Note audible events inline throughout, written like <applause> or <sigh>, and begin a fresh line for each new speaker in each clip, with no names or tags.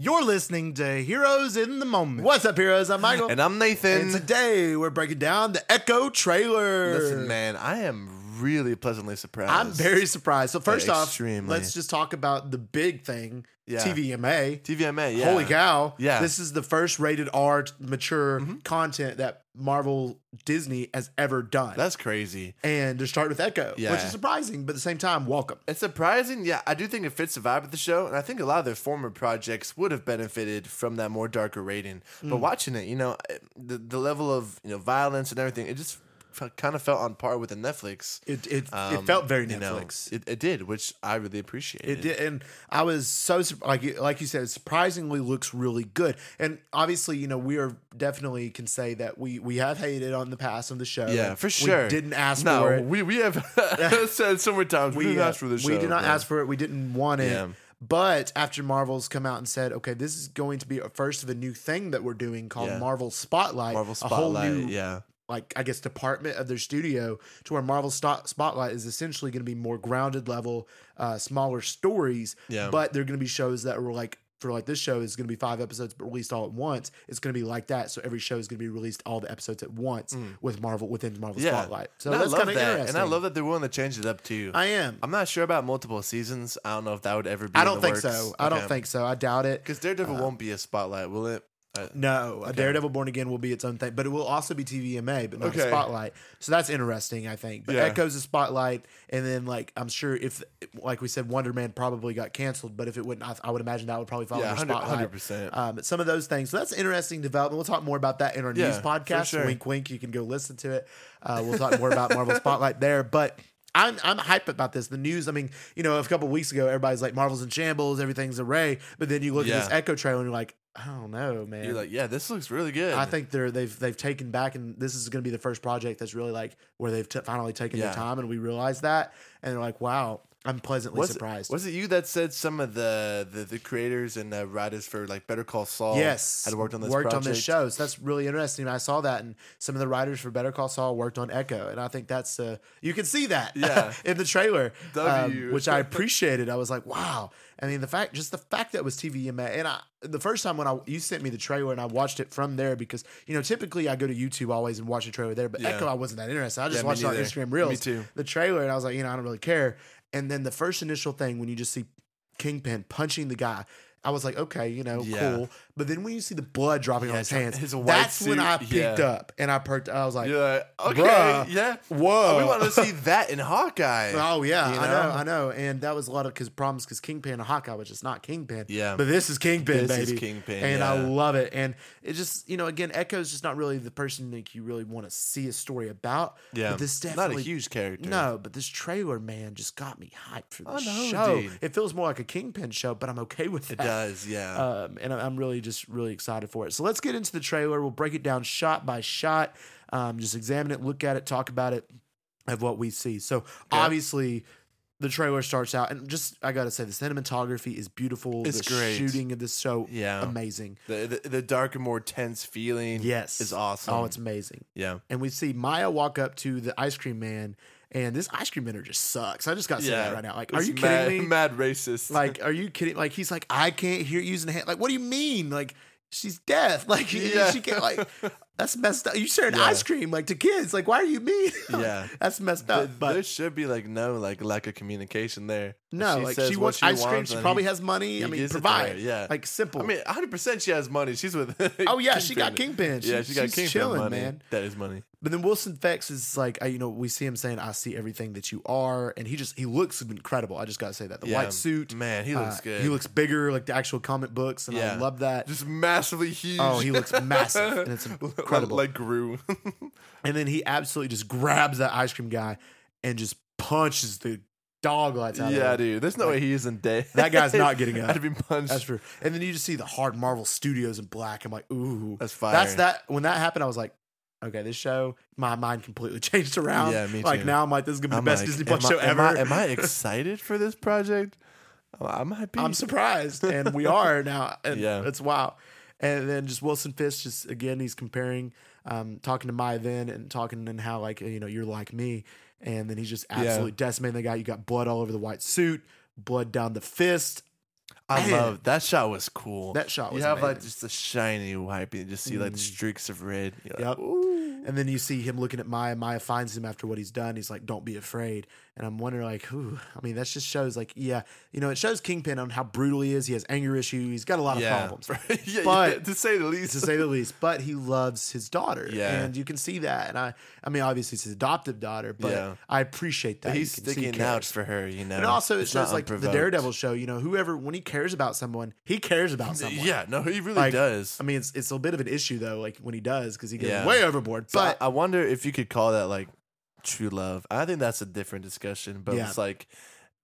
You're listening to Heroes in the Moment.
What's up, heroes? I'm Michael.
And I'm Nathan.
And today we're breaking down the Echo trailer.
Listen, man, I am really pleasantly surprised.
I'm very surprised. So first off,
Extremely.
let's just talk about the big thing,
Yeah.
TVMA.
TVMA. Yeah.
Holy cow.
Yeah. Mm-hmm.
This is the first rated R t- mature content that Marvel Disney has ever done.
That's crazy.
and to start with Echo,
Yeah.
which is surprising, but at the same time, welcome.
It's surprising. Yeah, I do think it fits the vibe of the show, and I think a lot of their former projects would have benefited from that more darker rating. But
Mm.
watching it, you know, it- the the level of you know violence and everything, it just f- kind of felt on par with the Netflix.
It it, it
Um,
felt very
you know,
Netflix.
it, it did, which I really appreciated.
It did, and I was so sur- like you- like you said, it surprisingly looks really good. And obviously, you know, we are definitely can say that we we have hated on the past of the show.
Yeah,
and
for sure.
We didn't ask
no,
for it.
we we have <laughs> said so many times we, didn't
uh,
ask for this.
we
show,
did not
bro.
ask for it. We didn't want it.
Yeah.
But after Marvel's come out and said, okay, this is going to be a first of a new thing that we're doing called
Yeah.
Marvel Spotlight.
Marvel
A
Spotlight.
whole new,
yeah.
like, I guess, department of their studio to where Marvel Sto- Spotlight is essentially going to be more grounded level, uh, smaller stories.
Yeah.
But they're going to be shows that were like, for like this show is going to be five episodes but released all at once. It's going to be like that. So every show is going to be released all the episodes at once with Marvel within Marvel
Hmm. Yeah.
Spotlight. So
And I
that's
love
kind of
that,
interesting.
and I love that they're willing to change it up too.
I am.
I'm not sure about multiple seasons. I don't know if that would ever be.
I
in
don't
the
think
works.
so. I don't think Uh, so. I doubt it.
because Daredevil won't be a spotlight, will it? Uh, I,
No, a Daredevil Born Again will be its own thing, but it will also be TVMA, but not a
Okay.
Spotlight. So that's interesting, I think. But
Yeah.
Echo's a Spotlight, and then like I'm sure if, like we said, Wonder Man probably got canceled, but if it wouldn't, I, I would imagine that would probably fall
yeah,
under Spotlight.
100 percent.
Um, but some of those things. So that's interesting development. We'll talk more about that in our
Yeah,
news
for
podcast.
sure.
Wink, wink. You can go listen to it. Uh, we'll talk more about Marvel Spotlight <laughs> there. But I'm I'm hype about this. The news. I mean, you know, a couple weeks ago, everybody's like, Marvel's in shambles, everything's array. But then you look at
Yeah.
this Echo trailer and you're like, I don't know, man.
You're like, yeah, this looks really good.
I think they're they've they've taken back, and this is going to be the first project that's really like where they've t- finally taken
Yeah.
their time, and we realize that, and they're like, wow, I'm pleasantly
was
surprised.
It, was it you that said some of the the, the creators and uh, writers for like Better Call Saul?
yes,
had worked on this
worked
project?
on this show. So that's really interesting. I saw that, and some of the writers for Better Call Saul worked on Echo, and I think that's uh, you can see that <laughs>
Yeah.
in the trailer, um,
W.
which
<laughs>
I appreciated. I was like, wow. I mean, the fact, just the fact that it was TVMA, and I the first time when I you sent me the trailer and I watched it from there because you know typically I go to YouTube always and watch the trailer there, but
Yeah.
Echo I wasn't that interested. I just
Yeah, me
watched it on
neither.
Instagram
Me
Reels,
too.
the trailer, and I was like, you know, I don't really care. And then the first initial thing when you just see Kingpin punching the guy. I was like, okay, you know,
Yeah.
cool. But then when you see the blood dropping on
Yeah,
his
dro-
hands.
his white
That's when
suit,
I peeked
yeah.
up and I perked. I was like,
You're like, okay,
Bruh.
yeah. Oh,
Whoa.
we want to see that
<laughs>
in Hawkeye.
oh yeah,
You
I know,
know?
I know. And that was a lot of because problems because Kingpin and Hawkeye was just not Kingpin.
Yeah.
but this is Kingpin,
This is
baby.
Kingpin,
and I
yeah.
love it. And it just you know again, Echo's just not really the person that you really want to see a story about.
yeah.
but this
not
definitely
a huge character.
No, but this trailer, man, just got me hyped for
I
the
know,
show.
dude.
It feels more like a Kingpin show, but I'm okay with
it
that.
does. Yeah.
um, and I- I'm really just really excited for it. So let's get into the trailer. We'll break it down shot by shot, um, just examine it, look at it, talk about it, of what we see. So obviously, the trailer starts out, and just I gotta say, the cinematography is beautiful.
It's
the
great.
Shooting of this show,
Yeah.
amazing.
the, the the darker, more tense feeling.
Yes,
is awesome.
Oh, it's amazing.
yeah.
And we see Maya walk up to the ice cream man, and this ice cream man just sucks. I just gotta say that right now. Like, are
It's
you kidding
mad,
me?
<laughs> Mad racist.
Like, are you kidding? Like, he's like, I can't hear you using a hand. Like, what do you mean? Like, she's deaf. <laughs> Like,
Yeah.
she can't. Like, that's messed up. You sharing
Yeah.
ice cream like to kids. Like, why are you mean? <laughs> Like,
Yeah.
that's messed
Th-
up. but
there should be like no like lack of communication there. If
no, like
says
she
what
wants ice cream.
wants,
She
then
probably
he-
has money.
he
I mean,
gives it to
provide.
her, yeah.
like simple.
I mean, 100 percent she has money. She's with. <laughs>
Oh, yeah, she got Kingpin.
yeah,
She-
she got
she's
Kingpin
chilling,
money.
man.
That is money.
But then Wilson Fex is like, I, you know, we see him saying, "I see everything that you are," and he just he looks incredible. I just gotta say that the
Yeah.
white suit,
Man, he looks
uh,
good.
He looks bigger, like the actual comic books, and I
Yeah.
love that.
just massively huge.
Oh, he looks massive, and it's incredible.
<laughs> like Gru.
And then he absolutely just grabs that ice cream guy and just punches the dog lights out
yeah,
of him.
dude. There's no way he isn't dead.
That guy's not getting up.
<laughs> I'd have been punched.
That's true. And then you just see the hard Marvel Studios in black. I'm like, ooh.
That's fire.
That's that. When that happened, I was like, okay, this show, my mind completely <laughs> changed around.
Yeah, me
Like
too.
now I'm like, this is going to be
I'm
the best
like,
Disney Plus
am I-
show
am
ever.
I-
<laughs>
Am I excited for this project? I I might be.
I'm surprised, and
<laughs>
we are now. And
Yeah.
it's wow. And then just Wilson Fisk, just again, he's comparing, um, talking to Maya then, and talking and how like you know you're like me, and then he's just absolutely decimating the guy. You got blood all over the white suit, blood down the fist.
I
Man.
love that shot. Was cool.
That shot was
you have like
amazing. Mm.
just a shiny wipe, and you just see like the streaks of red. You're like,
Yep.
"Ooh."
And then you see him looking at Maya. Maya finds him after what he's done. He's like, "Don't be afraid." And I'm wondering, like, ooh, I mean, that just shows, like, yeah, you know, it shows Kingpin on how brutal he is. He has anger issues. He's got a lot of
yeah.
problems, <laughs>
yeah,
But-
to say the least,
to say the least. But he loves his daughter,
Yeah.
and you can see that. And I, I mean, obviously it's his adoptive daughter, but
Yeah.
I appreciate <laughs> that. You
he's
can see he
sticking
cares.
out for her. You know,
And also, it
It's not
shows like the
unprovoked.
Daredevil show. You know, whoever when he cares about someone, he cares about someone.
Yeah, no, he really
Like,
does.
I mean, it's it's a bit of an issue though, like when he does, because he goes
Yeah. uh,
way overboard.
But
But
I wonder if you could call that like true love. I think that's a different discussion, but
Yeah.
it's like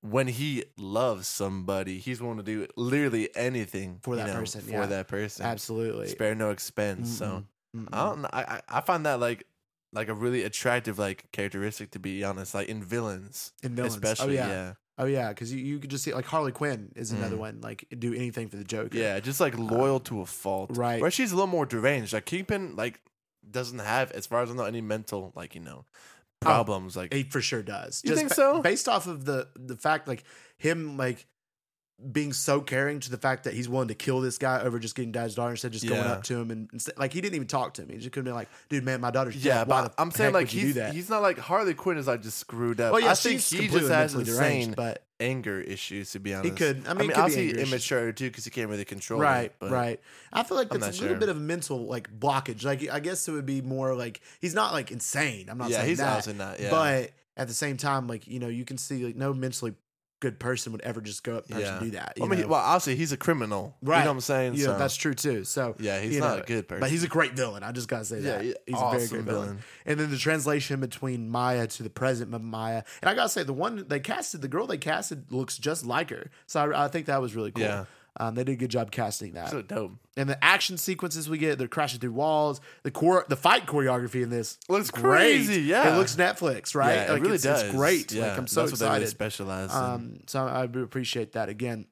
when he loves somebody, he's willing to do literally anything
For that
you know,
person,
For
yeah.
that person,
absolutely,
Spare no expense. So
Mm-mm.
I don't. know. I I I find that like like a really attractive like characteristic to be honest. Like in villains,
in villains.
especially.
oh yeah,
yeah.
oh yeah, because you, you could just see like Harley Quinn is another
Mm.
one. Like do anything for the Joker.
Yeah, just like loyal to a fault.
Uh, right.
Where she's a little more deranged. Like Kingpin, like doesn't have, as far as I know, any mental like you know
Oh,
problems. like
he for sure does.
You think
ba-
so?
Based off of the the fact like him like being so caring to the fact that he's willing to kill this guy over just getting dad's daughter instead of just going
Yeah.
up to him and, and say- like he didn't even talk to him. He just could have been like, dude, man, my daughter's dead.
yeah,
Why
but
the
I'm saying
heck
like
would you do
he's
that?
he's not like Harley Quinn is like just screwed up.
well, yeah,
I think
she's
he just
completely
has
mentally deranged,
insane
but
anger issues. To be honest,
he could. I mean,
I
it
mean,
could be
obviously
anger issues.
immature too because he can't really control.
Right,
it, but
right. I feel like
I'm
that's a
not
little
sure.
bit of a mental like blockage. Like I guess it would be more like he's not like insane. I'm not
yeah,
saying
he's
that.
obviously not. Yeah,
But at the same time, like you know, you can see like no mentally good person would ever just go up and
Yeah.
do that.
I
you
mean, he-
know?
well, obviously he's a criminal. You
Right.
know what I'm saying?
yeah,
So,
that's true too. So
yeah, he's
you
not
know,
a good person.
but he's a great villain. I just gotta say
yeah,
that
he-
he's
awesome
a very great villain.
villain.
And then the translation between Maya to the present Ma- Maya, and I gotta say the one they casted, the girl they casted looks just like her. So I, I think that was really cool.
Yeah.
Um, they did a good job casting that.
So dope.
and the action sequences we get, they're crashing through walls. The core, the fight choreography in this
Looks
great.
crazy, yeah.
it looks Netflix, right?
Yeah,
Like,
it really
it's,
does.
It's great.
Yeah,
like I'm so
that's
excited.
What they really specialize in.
Um, so I I do appreciate that again.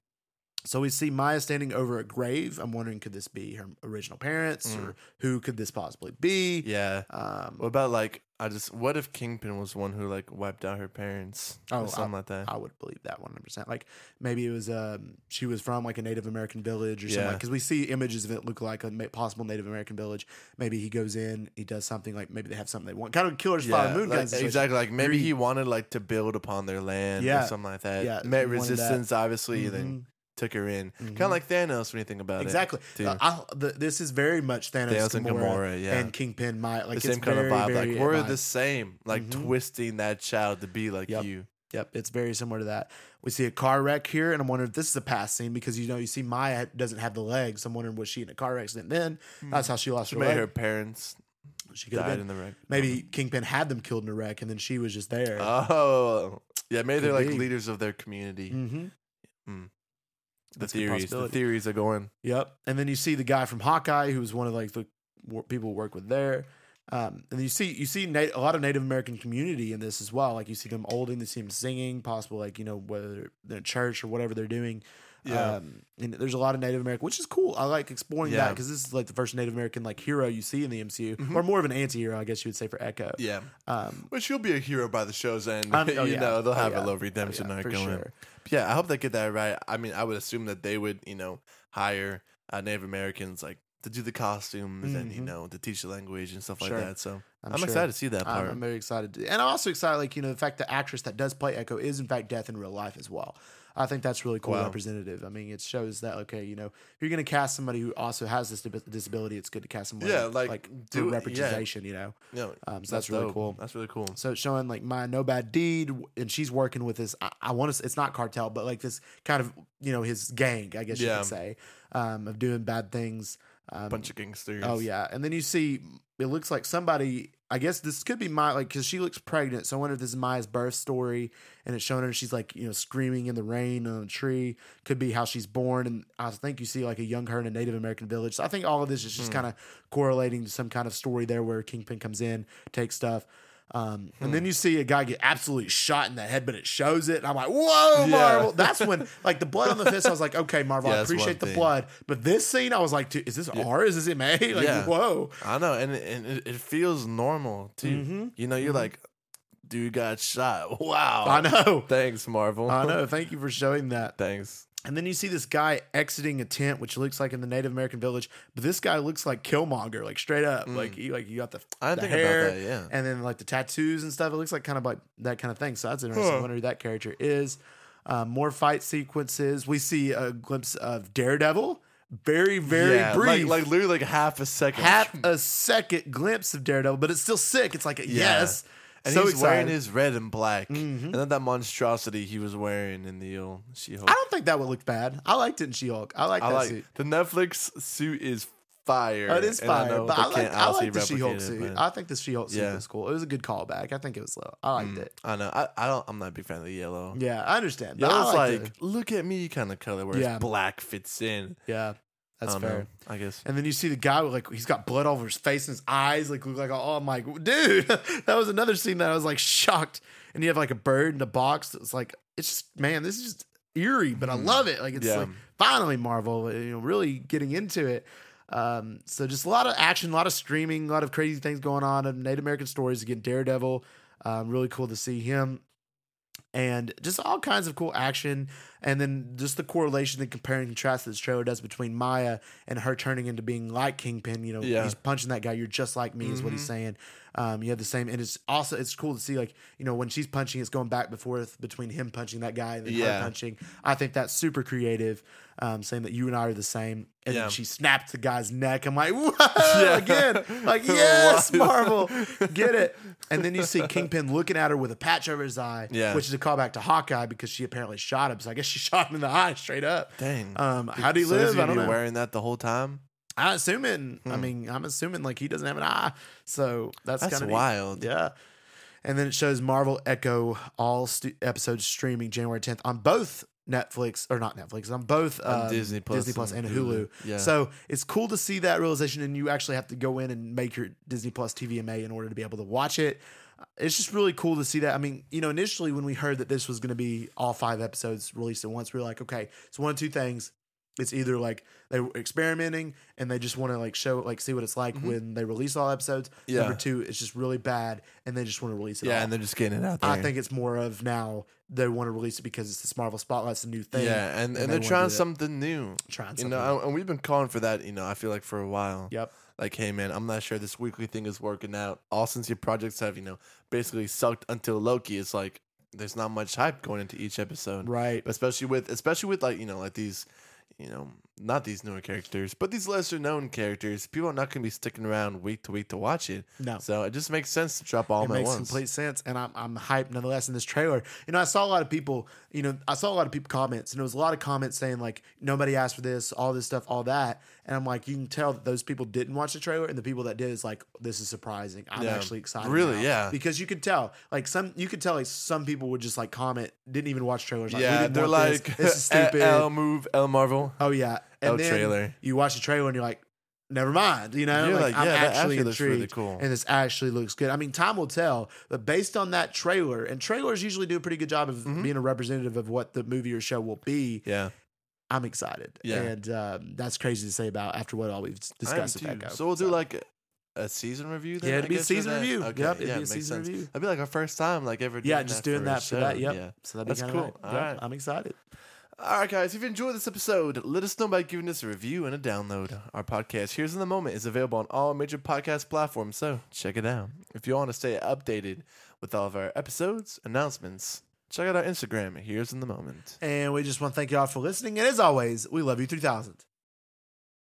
So we see Maya standing over a grave. I'm wondering, could this be her original parents, or who could this possibly be?
Mm. yeah.
Um,
What about like I just what if Kingpin was the one who like wiped out her parents
Oh,
or something like that?
I would believe that 100. percent Like maybe it was um, she was from like a Native American village or something.
Yeah.
Because we see images of it look like a ma- possible Native American village. Maybe he goes in, he does something like maybe they have something they want. Kind of killer's yeah, fire moon
like,
guns. situation.
exactly. Like maybe
Greed.
he wanted like to build upon their land
Yeah.
or something like that.
Yeah,
Yeah,
he
met
wanted that.
resistance obviously,
Mhm.
then took her in.
Mhm.
Kind of like Thanos when you think about
Exactly.
it. too.
Uh, I, the, this is very much Thanos,
Thanos and
Gamora,
Gamora, yeah.
and Kingpin. My like
the
it's
same kind
very,
of vibe.
very
Like we're
vibe.
the same. Like
Mhm.
twisting that child to be like
Yep.
you.
Yep, it's very similar to that. We see a car wreck here, and I'm wondering if this is a past scene because you know you see Maya doesn't have the legs. I'm wondering was she in a car accident then? That's how she lost
She
her
made
leg.
her parents
she could have
died
been.
in the wreck.
Maybe Kingpin had them killed in a wreck, and then she was just there.
Oh. Yeah, maybe they're
Could
like
be.
leaders of their community.
hmm
The
That's a good
theories. The
possibility.
theories are going.
Yep. And then you see the guy from Hawkeye, who was one of like the wor- people who work with there. Um, and you see you see na- a lot of Native American community in this as well. Like you see them olding, you see them singing, possible like you know whether they're, they're in church or whatever they're doing.
Yeah.
Um, and there's a lot of Native American, which is cool. I like exploring that
Yeah. Mm-hmm.
because this is like the first Native American like hero you see in the MCU, or more of an anti-hero, I guess you would say for Echo.
Yeah.
Um,
Which you'll be a hero by the show's end. <laughs>
Um, oh,
you
yeah.
know, they'll
Oh,
have
yeah.
a little redemption
yeah,
arc
for
going.
sure.
Yeah, I hope they get that right. I mean, I would assume that they would, you know, hire uh, Native Americans like to do the costumes and you
Mhm.
know to teach the language and stuff
Sure.
like that. So I'm,
sure.
excited to see that
I'm,
part.
I'm very excited, to- and I'm also excited. Like you know, the fact the actress that does play Echo is in fact death in real life as well. I think that's really cool,
Wow.
representative. I mean, it shows that okay, you know, if you're going to cast somebody who also has this dis- disability, it's good to cast somebody,
Yeah, like,
do
do it, yeah.
representation, you know.
no,
Um, so that's, really
dope.
cool.
That's really cool.
So it's showing like my no bad deed, and she's working with this. I, I want to. It's not cartel, but like this kind of you know his gang, I guess you
Yeah.
could say, um, of doing bad things. Um,
Bunch of gangsters.
Oh yeah, and then you see it looks like somebody. I guess this could be Maya, like because she looks pregnant. So I wonder if this is Maya's birth story, and it's showing her she's like you know screaming in the rain on a tree. Could be how she's born, and I think you see like a young her in a Native American village. So I think all of this is
Hmm.
just kind of correlating to some kind of story there where Kingpin comes in, takes stuff. Um, And
Hmm.
then you see a guy get absolutely shot in the head, but it shows it. And I'm like, whoa,
Yeah.
Marvel. That's when, like, the blood on the fist, I was like, okay, Marvel,
Yeah,
I
that's one
appreciate the
thing.
blood. But this scene, I was like, dude, is this R? Is this MA? <laughs> Like,
Yeah.
whoa.
I know, and and it, it feels normal too.
Mhm.
You know, you're like, dude got shot. <laughs> Wow.
I know.
Thanks, Marvel.
I know. Thank you for showing that.
<laughs> Thanks.
And then you see this guy exiting a tent, which looks like in the Native American village, but this guy looks like Killmonger, like straight up, like he, like you got the,
Mm. I didn't
the
think about
hair,
that, yeah.
and then like the tattoos and stuff. It looks like kind of like that kind of thing. So that's interesting. I wonder who that character is. Uh, more fight sequences. We see a glimpse of Daredevil, very very
Yeah,
brief,
Like, like literally like half a second.
half a second glimpse of Daredevil, but it's still sick. It's like a
Yeah.
yes,
And
so
he's
excited.
wearing
Mm-hmm.
his red and black, and then that monstrosity he was wearing in the old She-Hulk.
I don't think that would look bad. I liked it in She Hulk. I like
I
that
like
suit.
the Netflix suit is fire.
Oh, it is
and I
fire,
know
but
they
I like,
can't
I
obviously
like the She Hulk
replicate it,
suit.
but-
I think the She Hulk suit
Yeah.
was cool. It was a good callback. I think it was low. I liked it.
mm, I know. I, I don't. I'm not a big fan of the yellow.
Yeah, I understand. But
Yellow's
I liked
like
it.
look at me kind of color, whereas
Yeah.
black fits in.
yeah, that's
I don't
fair.
know, I guess.
And then you see the guy with like he's got blood all over his face and his eyes like look like oh I'm like dude <laughs> that was another scene that I was like shocked and you have like a bird in a box that's like it's just man this is just eerie but I love it like it's
Mm. Yeah.
like finally Marvel uh, you know really getting into it um so just a lot of action a lot of streaming a lot of crazy things going on of Native American stories again Daredevil um, really cool to see him and just all kinds of cool action. And then just the correlation, the compare and contrast that this trailer does between Maya and her turning into being like Kingpin. You know,
Yeah. Mm-hmm.
he's punching that guy. You're just like me, is what he's saying. Um, you have the same, and it's also it's cool to see like you know when she's punching, it's going back and forth between him punching that guy and then
Yeah.
her punching. I think that's super creative. Um, saying that you and I are the same, and
Yeah.
then she snapped the guy's neck. I'm like, <laughs> whoa, again,
<laughs>
like yes,
Wild.
Marvel, get it. And then you see Kingpin looking at her with a patch over his eye,
Yeah.
which is a callback to Hawkeye because she apparently shot him. So I guess she <laughs> shot him in the eye straight up.
Dang.
Um, how do you
So is
live?
he
I don't know.
gonna be wearing that the whole time.
I'm assuming. I mean, I'm assuming like he doesn't have an eye, so that's,
That's
kind of
wild.
Yeah. And then it shows Marvel Echo all stu- episodes streaming January 10th on both Netflix or not Netflix on both um,
Disney Plus
Disney Plus
and
and
Hulu.
Hulu.
Yeah.
So it's cool to see that realization, and you actually have to go in and make your Disney Plus TVMA in order to be able to watch it. Uh, It's just really cool to see that. I mean, you know, initially when we heard that this was going to be all five episodes released at once, we were like, okay, it's one of two things. It's either like they were experimenting and they just want to like show like see what it's like when they release all episodes.
Mm-hmm. Yeah.
Number two, it's just really bad and they just want to release it.
Yeah,
all.
and they're just getting it out there.
I think it's more of now they want to release it because it's this Marvel Spotlight, it's a new thing.
Yeah, and, and,
they
they're
wanna
trying
do that.
something new.
Trying
You
something.
know, and we've been calling for that. You know, I feel like for a while.
yep.
like, hey man, I'm not sure this weekly thing is working out. All since your projects have, you know, basically sucked until Loki, it's like there's not much hype going into each episode.
Right.
But Especially with especially with like, you know, like these you know, not these newer characters, but these lesser known characters, people are not gonna be sticking around week to week to watch it.
No.
So it just makes sense to drop all
it
them at
makes
once.
complete sense and I'm, I'm hyped nonetheless in this trailer you know i saw a lot of people you know i saw a lot of people comments and there was a lot of comments saying like nobody asked for this all this stuff all that and i'm like you can tell that those people didn't watch the trailer and the people that did is like this is surprising i'm
Yeah.
actually excited
Really,
now.
yeah.
because you could tell like some you could tell like some people would just like comment didn't even watch trailers like, we
yeah,
didn't
they're
want this.
like
this
<laughs>
is stupid
L move, L Marvel.
oh yeah
L trailer.
you watch the trailer and you're like never mind you know
You're like,
i'm
yeah, that
actually
actually looks
intrigued
really cool.
and this actually looks good i mean time will tell but based on that trailer and trailers usually do a pretty good job of
Mm-hmm.
being a representative of what the movie or show will be
Yeah.
i'm excited
Yeah.
and um, that's crazy to say about after what all we've
I am
discussed with
too.
Echo.
So we'll do like a, a season review. Then,
Yeah, it'd
I
be a
guess, for
season
that?
review.
Okay,
Yep, it'd
yeah,
be a
it makes
season
sense.
review.
That'd be like our first time, like ever. Doing
yeah just doing
for
that
a
for that
show.
yep
Yeah.
so that'd be
That's
kinda
cool.
neat.
All
Yep,
right.
i'm excited
All right, guys. If you enjoyed this episode, let us know by giving us a review and a download. Our podcast, Here's in the Moment, is available on all major podcast platforms, so check it out. If you want to stay updated with all of our episodes, announcements, check out our Instagram, Here's in the Moment.
and we just want to thank y'all for listening and as always we love you 3000